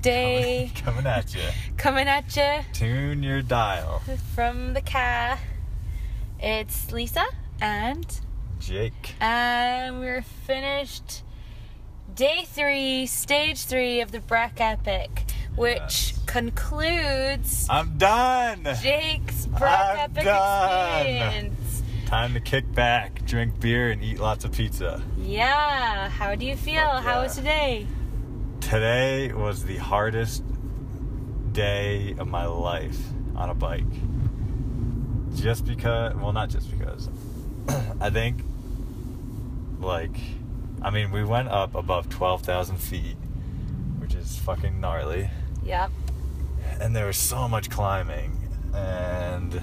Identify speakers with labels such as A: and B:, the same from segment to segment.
A: day
B: Coming at you.
A: coming at you
B: Tune your dial.
A: from the car. It's Lisa and
B: Jake.
A: and we're finished day three, stage three of the Brack Epic, which
B: Yes.
A: concludes
B: I'm done.
A: Jake's Brack
B: I'm
A: Epic
B: done.
A: experience.
B: Time to kick back, drink beer, and eat lots of pizza.
A: Yeah, how do you feel?
B: Fuck
A: How
B: yeah.
A: was today?
B: Today was the hardest day of my life on a bike. Just because, well, not just because. I think, like, I mean, we went up above 12,000 feet, which is fucking gnarly.
A: Yep.
B: and there was so much climbing and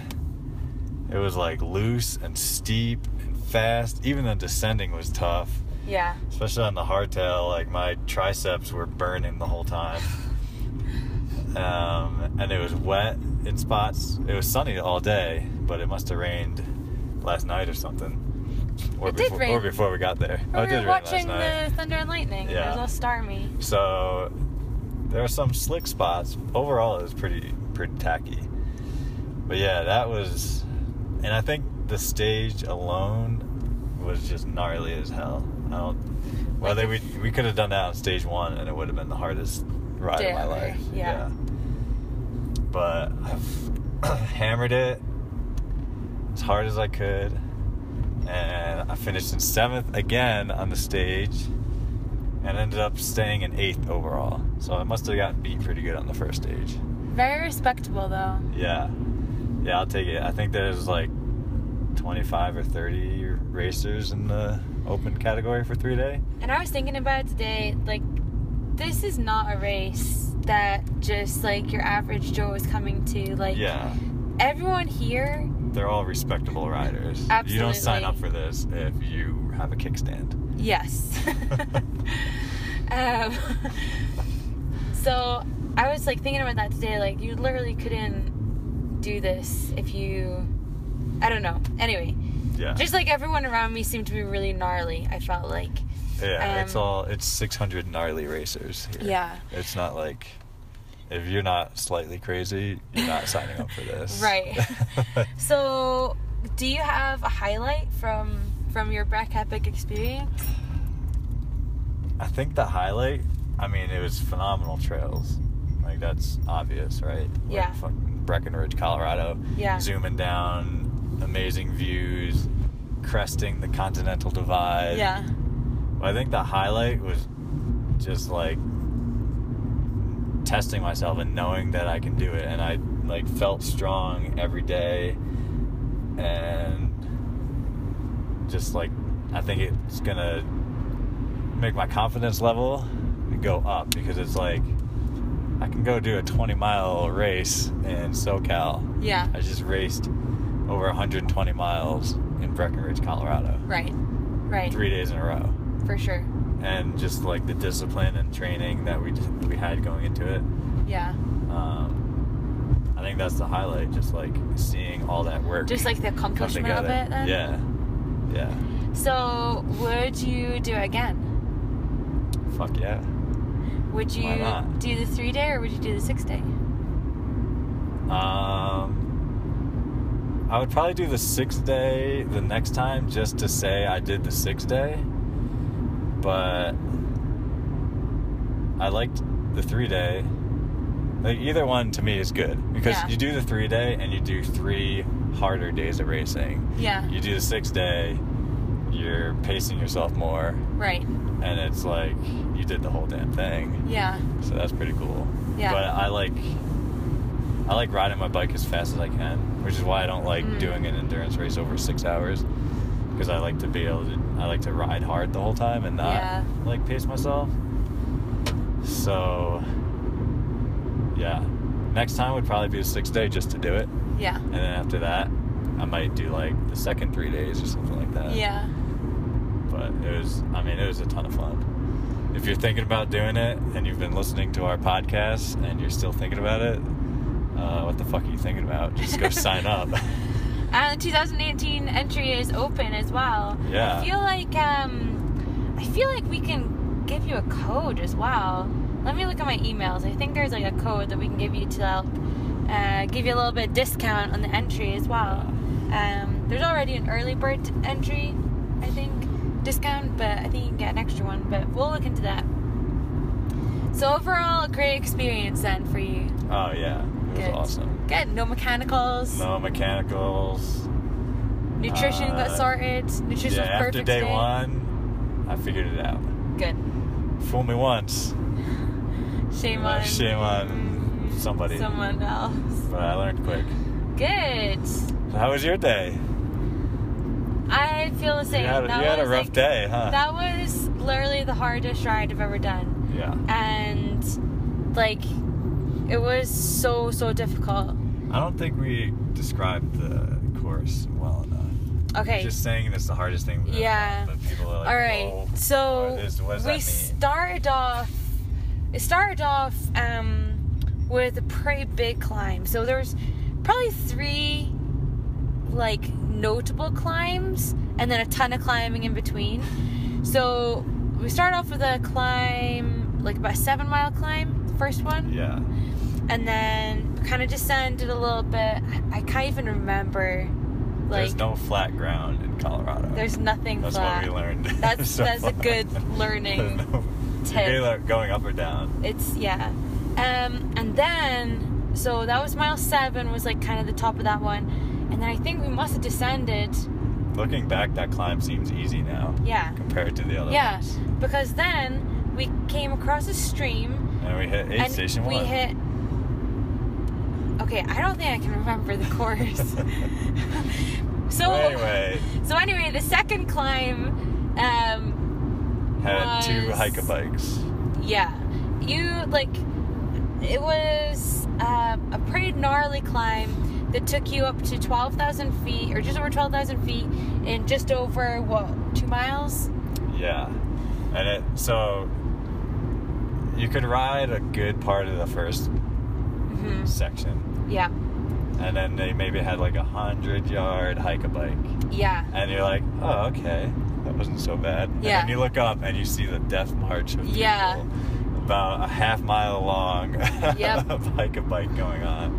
B: it was like loose and steep and fast even the descending was tough
A: Yeah.
B: especially on the hardtail like my triceps were burning the whole time um, and it was wet in spots it was sunny all day but it must have rained last night or something or
A: It did
B: before or
A: rain.
B: before we got there
A: We
B: oh, it
A: were
B: did rain last
A: watching
B: night.
A: the thunder and lightning. It
B: Yeah.
A: was all stormy.
B: So there are some slick spots. Overall, it was pretty pretty tacky. But yeah, that was, and I think the stage alone was just gnarly as hell. I don't. Whether we we could have done that on stage one, and it would have been the hardest ride of my
A: Damn,
B: life.
A: yeah.
B: But I've hammered it as hard as I could, and I finished in seventh again on the stage and ended up staying in eighth overall. So I must have gotten beat pretty good on the first stage.
A: Very respectable though.
B: Yeah, yeah, I'll take it. I think there's like 25 or 30 racers in the open category for three day.
A: And I was thinking about it today, like, this is not a race that just like your average Joe is coming to. Like,
B: Yeah,
A: everyone here,
B: they're all respectable riders. You
A: Absolutely.
B: don't sign up for this if you have a kickstand.
A: yes. um, so I was like thinking about that today. Like, you literally couldn't do this if you. I don't know. Anyway,
B: Yeah,
A: just like everyone around me seemed to be really gnarly, I felt like.
B: yeah. it's
A: um,
B: all it's 600 gnarly racers. Here.
A: Yeah.
B: it's not like. If you're not slightly crazy, you're not signing up for this.
A: Right. So, do you have a highlight from from your Brack Epic experience?
B: I think the highlight, I mean, it was phenomenal trails. Like, that's obvious, right? We're
A: Yeah.
B: in fucking Breckenridge, Colorado.
A: Yeah.
B: Zooming down, amazing views, cresting the Continental Divide.
A: Yeah.
B: I think the highlight was just like testing myself and knowing that I can do it. And I like felt strong every day. And just like, I think it's gonna make my confidence level go up because it's like, I can go do a 20 mile race in SoCal.
A: Yeah.
B: I just raced over 120 miles in Breckenridge, Colorado,
A: Right. Right.
B: three days in a row
A: For sure.
B: and just like the discipline and training that we just, we had going into it.
A: Yeah.
B: Um, I think that's the highlight, just like seeing all that work.
A: Just like the
B: come
A: accomplishment of
B: together.
A: it then?
B: Yeah, yeah,
A: So, would you do it again?
B: fuck yeah.
A: Would you
B: Why not?
A: do the three day or would you do the six day?
B: Um, I would probably do the sixth day the next time just to say I did the sixth day, but I liked the three day. Like either one to me is good because
A: Yeah.
B: you do the three day and you do three harder days of racing.
A: Yeah.
B: You do the sixth day, you're pacing yourself more,
A: Right.
B: and it's like you did the whole damn thing.
A: Yeah.
B: So that's pretty cool.
A: Yeah.
B: But I like I like riding my bike as fast as I can, which is why I don't like
A: Mm.
B: doing an endurance race over six hours. Because I like to be able to I like to ride hard the whole time and not
A: Yeah.
B: like pace myself. So yeah. Next time would probably be a six day just to do it.
A: Yeah.
B: And then after that I might do like the second three days or something like that
A: Yeah.
B: but it was i mean it was a ton of fun if you're thinking about doing it and you've been listening to our podcast and you're still thinking about it uh, what the fuck are you thinking about just go sign up
A: And the 2018 entry is open as well.
B: Yeah.
A: I feel like um, I feel like we can give you a code as well. Let me look at my emails. I think there's like a code that we can give you to help uh, give you a little bit discount on the entry as well. Um, there's already an early bird entry, I think, discount, but I think you can get an extra one. But we'll look into that. So overall, a great experience then for you.
B: Oh yeah, it was
A: Good.
B: awesome.
A: Good. No mechanicals.
B: No mechanicals.
A: Nutrition got
B: Uh,
A: sorted. Nutrition
B: yeah,
A: was perfect.
B: after day
A: today.
B: one, I figured it out.
A: Good.
B: Fool me once,
A: Shame
B: Uh,
A: on.
B: shame on
A: Mhm.
B: somebody.
A: Someone else.
B: but I learned quick.
A: Good.
B: So how was your day?
A: I feel the same.
B: you had, a-
A: That
B: you had a
A: was,
B: rough
A: like,
B: day, huh?
A: That was literally the hardest ride I've ever done.
B: yeah.
A: And like it was so so difficult.
B: I don't think we described the course well enough.
A: Okay.
B: Just saying that's the hardest thing. we've ever
A: Yeah.
B: done, But people are like,
A: All right.
B: "Whoa,
A: so
B: what is- what does
A: we
B: that mean?"
A: started off. It started off um, with a pretty big climb. So there's probably three like notable climbs, and then a ton of climbing in between. So we started off with a climb, like about a seven mile climb, the first one
B: Yeah.
A: and then kind of descended a little bit. I- I can't even remember. Like,
B: there's no flat ground in Colorado.
A: there's nothing
B: that's
A: flat.
B: what we learned.
A: That's- that's a good learning
B: There's no- you
A: tip.
B: can either going up or down.
A: It's yeah. Um, and then so that was mile seven was like kind of the top of that one, and then I think we must have descended.
B: Looking back, that climb seems easy now
A: Yeah,
B: compared to the other.
A: yeah,
B: ones.
A: because then we came across a stream
B: And we hit aid
A: and
B: station
A: we
B: one.
A: hit. Okay, I don't think I can remember the course. so
B: anyway,
A: So anyway, the second climb, um,
B: had two
A: was-
B: hike a bikes.
A: yeah, you like, it was uh, a pretty gnarly climb that took you up to twelve thousand feet, or just over twelve thousand feet, in just over what two miles?
B: Yeah, and it so you could ride a good part of the first
A: hmm
B: Mm-hmm. section,
A: Yeah,
B: and then they maybe had like a hundred yard hike a bike,
A: yeah,
B: and you're like, oh okay, that wasn't so bad.
A: Yeah.
B: And then you look up and you see the death march of
A: Yeah.
B: people, about a half mile long
A: Yep.
B: hike a bike going on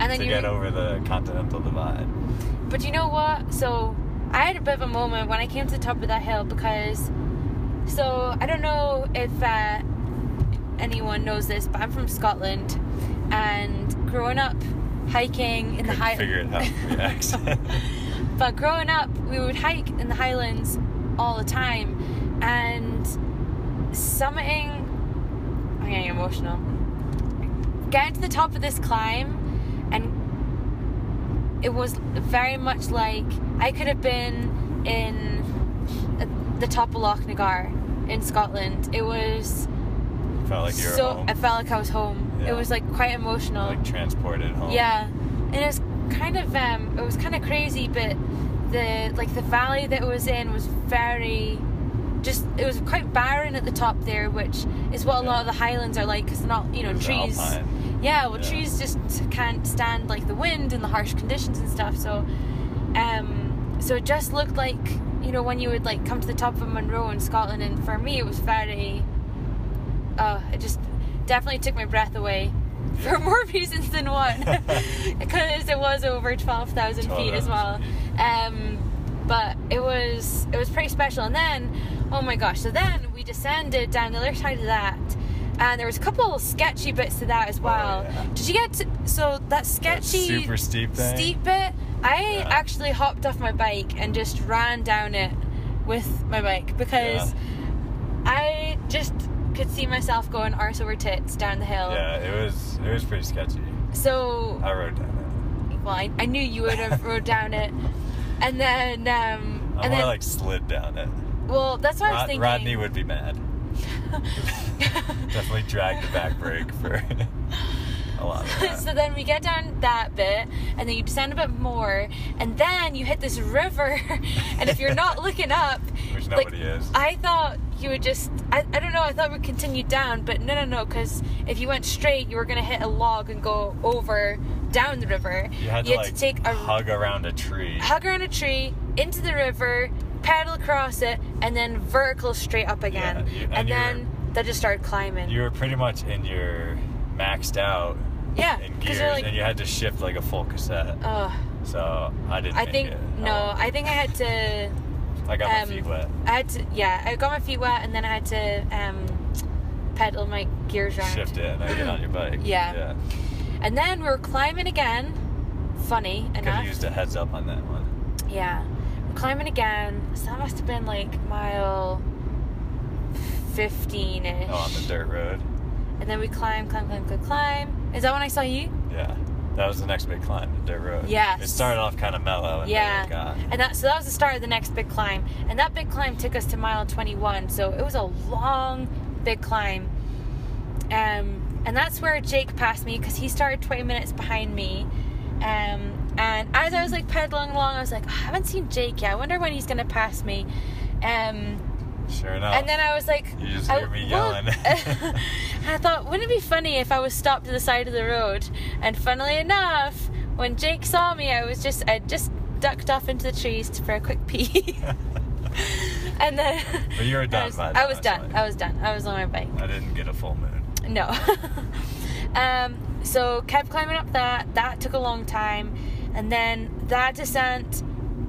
A: and then
B: to
A: you
B: get over the continental divide.
A: But you know what? So I had a bit of a moment when I came to the top of that hill because, so I don't know if uh, anyone knows this, but I'm from Scotland, and growing up hiking in the
B: Couldn't
A: high.
B: figure it out from your accent.
A: but growing up, we would hike in the Highlands all the time, and summiting. I'm getting emotional. Getting to the top of this climb, and it was very much like I could have been in at the top of Loch Nagar in Scotland. It was
B: Felt like you were
A: so.
B: home,
A: I felt like I was home.
B: Yeah.
A: It was like quite emotional.
B: like transported home.
A: Yeah, and it was kind of um, it was kind of crazy, but the like the valley that it was in was very, just it was quite barren at the top there, which is what a lot of the highlands are like, because they're not you know
B: It was
A: trees.
B: alpine.
A: Yeah, well,
B: Yeah.
A: trees just can't stand like the wind and the harsh conditions and stuff. So, um, so it just looked like you know when you would like come to the top of Monroe in Scotland, and for me it was very. Uh, it just definitely took my breath away for more reasons than one, because it was over twelve thousand feet as
B: 12,000
A: well. Um, but it was it was pretty special. And then, oh my gosh! So then we descended down the other side of that, and there was a couple sketchy bits to that as well.
B: Oh, yeah.
A: Did you get to, so that
B: That
A: sketchy
B: super steep thing.
A: steep bit? I
B: Yeah.
A: actually hopped off my bike and just ran down it with my bike
B: Yeah.
A: because I just could see myself going arse over tits down the hill.
B: Yeah, Uh, it was it was pretty sketchy.
A: So
B: I rode down
A: well, I, I knew you would have rode down it, and then um,
B: it. I
A: and
B: more
A: then
B: like slid down it.
A: well, that's what I was
B: Rod-
A: thinking.
B: Rodney would be mad. Definitely dragged the back brake for a lot of that.
A: so then we get down that bit and then you descend a bit more and then you hit this river and if you're not looking up
B: Which
A: like,
B: nobody is.
A: i thought you would just I, I don't know i thought we'd continue down but no no no because if you went straight you were gonna hit a log and go over down the river
B: You had to like
A: take a
B: hug around a tree.
A: hug around a tree into the river pedal across it and then vertical straight up again
B: Yeah, you- and,
A: and
B: you
A: then
B: were
A: that just started climbing.
B: You were pretty much in your maxed out
A: yeah,
B: in
A: because
B: gears,
A: you're like,
B: and you had to shift like a full cassette.
A: oh,
B: so I didn't.
A: I
B: make
A: think
B: it.
A: no,
B: Oh,
A: I think I had to.
B: I got
A: um,
B: my feet wet.
A: I had to, yeah, I got my feet wet and then I had to um, pedal my gears around.
B: Shift it and then get on your bike.
A: Yeah.
B: Yeah.
A: And then we were climbing again. Funny
B: Could have
A: enough.
B: used a heads up on that one.
A: Yeah. We're climbing again. So that must have been like mile 15 ish.
B: Oh, on the dirt road.
A: And then we climb, climb, climb, climb, climb. Is that when I saw you?
B: Yeah. That was the next big climb, the dirt road.
A: Yes.
B: It started off kind of mellow. And Then
A: Yeah.
B: it got,
A: And that so that was the start of the next big climb. And that big climb took us to mile 21. So it was a long big climb. Um and that's where Jake passed me cuz he started 20 minutes behind me. Um and as I was like pedaling along, I was like, "Oh, I haven't seen Jake yet. I wonder when he's going to pass me. Um
B: sure enough.
A: And then I was like,
B: Oh. You just
A: I-
B: hear me
A: well-
B: yelling.
A: and I thought, wouldn't it be funny if I was stopped to the side of the road? And funnily enough, when Jake saw me, I was just I just ducked off into the trees to- for a quick pee. and then.
B: But you were done
A: I was,
B: by
A: I
B: then,
A: was
B: I
A: done.
B: saw you.
A: I was done. I was on my bike.
B: I didn't get a full moon.
A: No. um, so kept climbing up that. That took a long time, and then that descent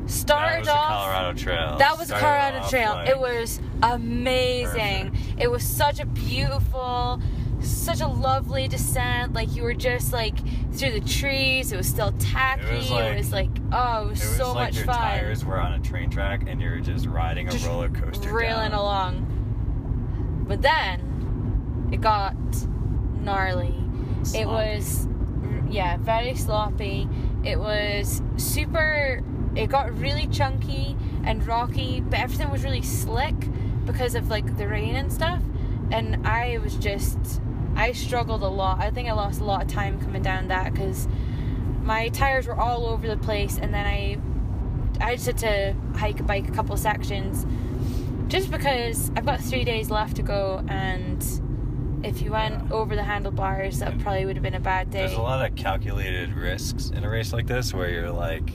B: that
A: started
B: was the
A: off.
B: Colorado Trail.
A: That was a
B: Started
A: Colorado
B: off,
A: Trail.
B: like-
A: it was amazing. It was such a beautiful, such a lovely descent. Like you were just like through the trees. It was still tacky. It was like,
B: like-
A: oh, it was,
B: It was
A: so
B: like
A: much
B: your
A: fun.
B: tires were on a train track and you're just riding a
A: Just
B: roller coaster.
A: Reeling
B: down.
A: along. But then it got gnarly. It
B: Sloppy.
A: was yeah, very sloppy. It was super it got really chunky and rocky, but everything was really slick because of like the rain and stuff. And I was just I struggled a lot. I think I lost a lot of time coming down that cuz my tires were all over the place and then I I just had to hike a bike a couple sections just because I've got three days left to go and if you went
B: Yeah.
A: over the handlebars that
B: And
A: probably would have been a bad day.
B: There's a lot of calculated risks in a race like this where you're like,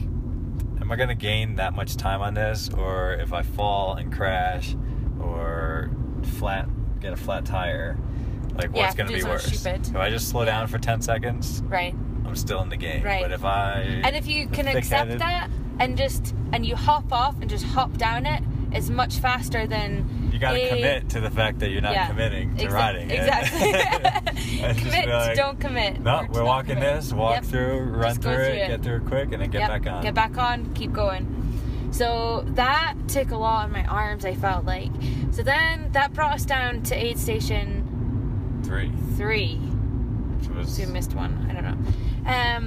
B: am I going to gain that much time on this? Or if I fall and crash or flat, get a flat tire, like
A: Yeah,
B: what's
A: if
B: going to
A: you
B: be
A: do
B: worse?
A: something stupid.
B: If I just slow down for 10 seconds,
A: Right.
B: I'm still in the game.
A: Right.
B: But if I.
A: And if you
B: am
A: can accept
B: thick-headed,
A: that and just and you hop off and just hop down it, it's much faster than
B: You got to
A: a-
B: commit to the fact that you're not
A: eh, Yeah.
B: committing to
A: Exa-
B: riding. it.
A: Exactly.
B: And just be
A: commit,
B: like,
A: don't commit.
B: No,
A: Or
B: we're
A: don't
B: walking
A: commit.
B: this, walk
A: Yep.
B: through, run
A: Just
B: through
A: go
B: it,
A: through it.
B: get through it quick, and then get
A: Yep,
B: back on.
A: Get back on, keep going. So that took a lot on my arms, I felt like. So then that brought us down to aid station
B: Three.
A: three.
B: Which was,
A: So we missed one, I don't know.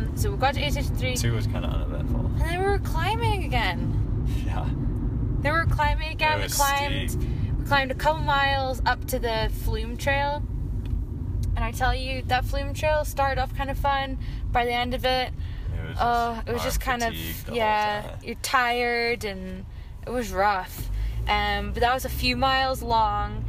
A: Um, so we got to aid station three,
B: two was kind of uneventful.
A: and then we were climbing again.
B: Yeah.
A: Then we were climbing again.
B: it
A: We
B: was
A: climbed,
B: steep.
A: we climbed a couple miles up to the flume trail. And I tell you, that flume trail started off kind of fun. By the end of it,
B: It was just,
A: Oh, it was
B: arm
A: just kind of
B: fatigue the whole
A: yeah.
B: time.
A: You're tired and it was rough. Um, but that was a few miles long,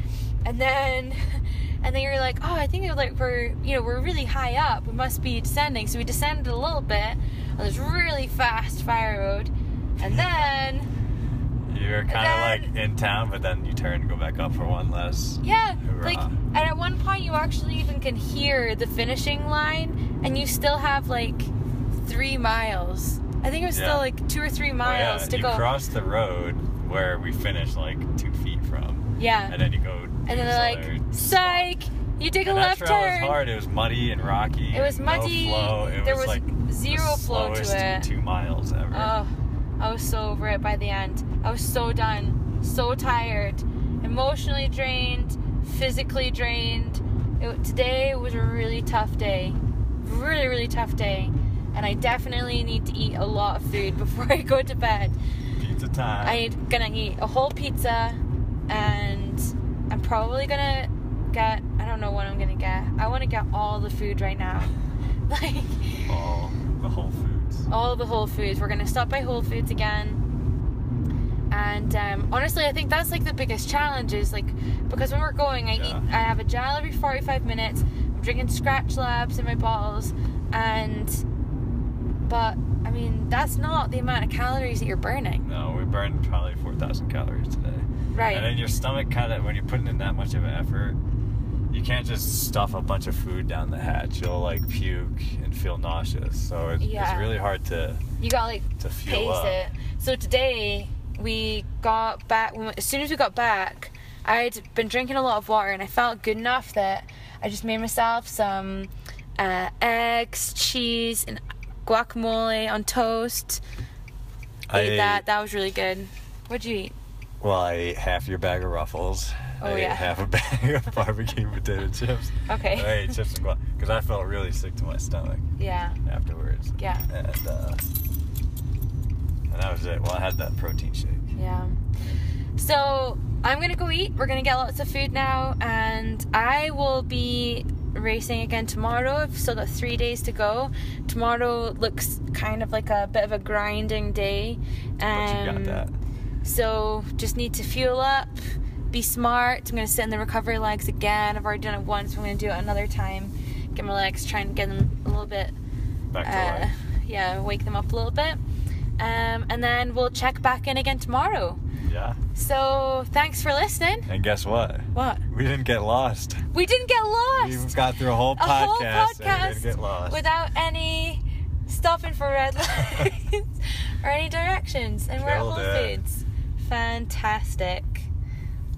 A: and then and then you're like, oh, I think it was like we're you know we're really high up. We must be descending. So we descended a little bit on this really fast fire road, and then
B: You were kind of
A: then-
B: like in town, but then you turn and go back up for one less.
A: yeah,
B: Hurrah.
A: like and at one point you actually even can hear the finishing line, and you still have like three miles. I think it was
B: Yeah.
A: still like two or three
B: Oh, yeah,
A: miles to
B: you
A: go.
B: cross the road where we finished like two feet from,
A: yeah.
B: and then you go.
A: And then they're like, psych, you take a
B: And
A: left
B: that trail
A: turn.
B: was hard. It was muddy and rocky.
A: It was
B: no
A: muddy.
B: flow. It
A: there
B: was,
A: was,
B: like
A: zero
B: the
A: flow to
B: slowest
A: it.
B: Two miles ever.
A: Oh, I was so over it by the end. I was so done, so tired, emotionally drained, physically drained. It, today was a really tough day, really really tough day, and I definitely need to eat a lot of food before I go to bed.
B: Pizza time.
A: I'm gonna eat a whole pizza, and I'm probably gonna get. I don't know what I'm gonna get. I want to get all the food right now, like
B: all the Whole Foods.
A: all the Whole Foods. We're gonna stop by Whole Foods again. And um, honestly, I think that's like the biggest challenge is like because when we're going, I
B: Yeah.
A: eat. I have a gel every 45 minutes. I'm drinking Scratch Labs in my bottles, and but I mean that's not the amount of calories that you're burning,
B: No, we burned probably 4,000 calories today.
A: right?
B: And then your stomach kind of, when you're putting in that much of an effort, you can't just stuff a bunch of food down the hatch. You'll like puke and feel nauseous. So it,
A: Yeah.
B: it's really hard to.
A: You got like
B: To fuel
A: pace
B: up.
A: it. So today we got back. when- As soon as we got back, I'd been drinking a lot of water, and I felt good enough that I just made myself some uh, eggs, cheese, and guacamole on toast.
B: I
A: ate that. That was really good. What'd you eat?
B: Well, I ate half your bag of Ruffles.
A: Oh,
B: I
A: yeah.
B: ate half a bag of barbecue potato chips.
A: Okay.
B: I ate chips and guac because I felt really sick to my stomach
A: Yeah.
B: afterwards.
A: Yeah.
B: And uh, and that was it. Well, I had that protein shake.
A: Yeah. So I'm gonna go eat. We're gonna get lots of food now, and I will be racing again tomorrow. I've still got three days to go. Tomorrow looks kind of like a bit of a grinding day.
B: but you got
A: Um,
B: that.
A: So just need to fuel up, be smart. I'm gonna sit in the recovery legs again. I've already done it once. I'm gonna do it another time. Get my legs, try and get them a little bit
B: Back to
A: uh,
B: life.
A: yeah, wake them up a little bit. Um, and then we'll check back in again tomorrow.
B: Yeah.
A: So thanks for listening.
B: And guess what?
A: What?
B: We didn't get lost.
A: We didn't get
B: We
A: lost.
B: got through a whole
A: A
B: podcast,
A: whole
B: and we
A: podcast
B: didn't get lost.
A: without any stopping for red lights or any directions. And we're at
B: Killed
A: Whole
B: it.
A: Foods. Fantastic.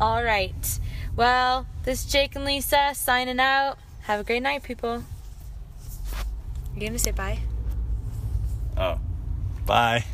A: All right. Well, this is Jake and Lisa signing out. Have a great night, people. You gonna say bye?
B: oh. Bye.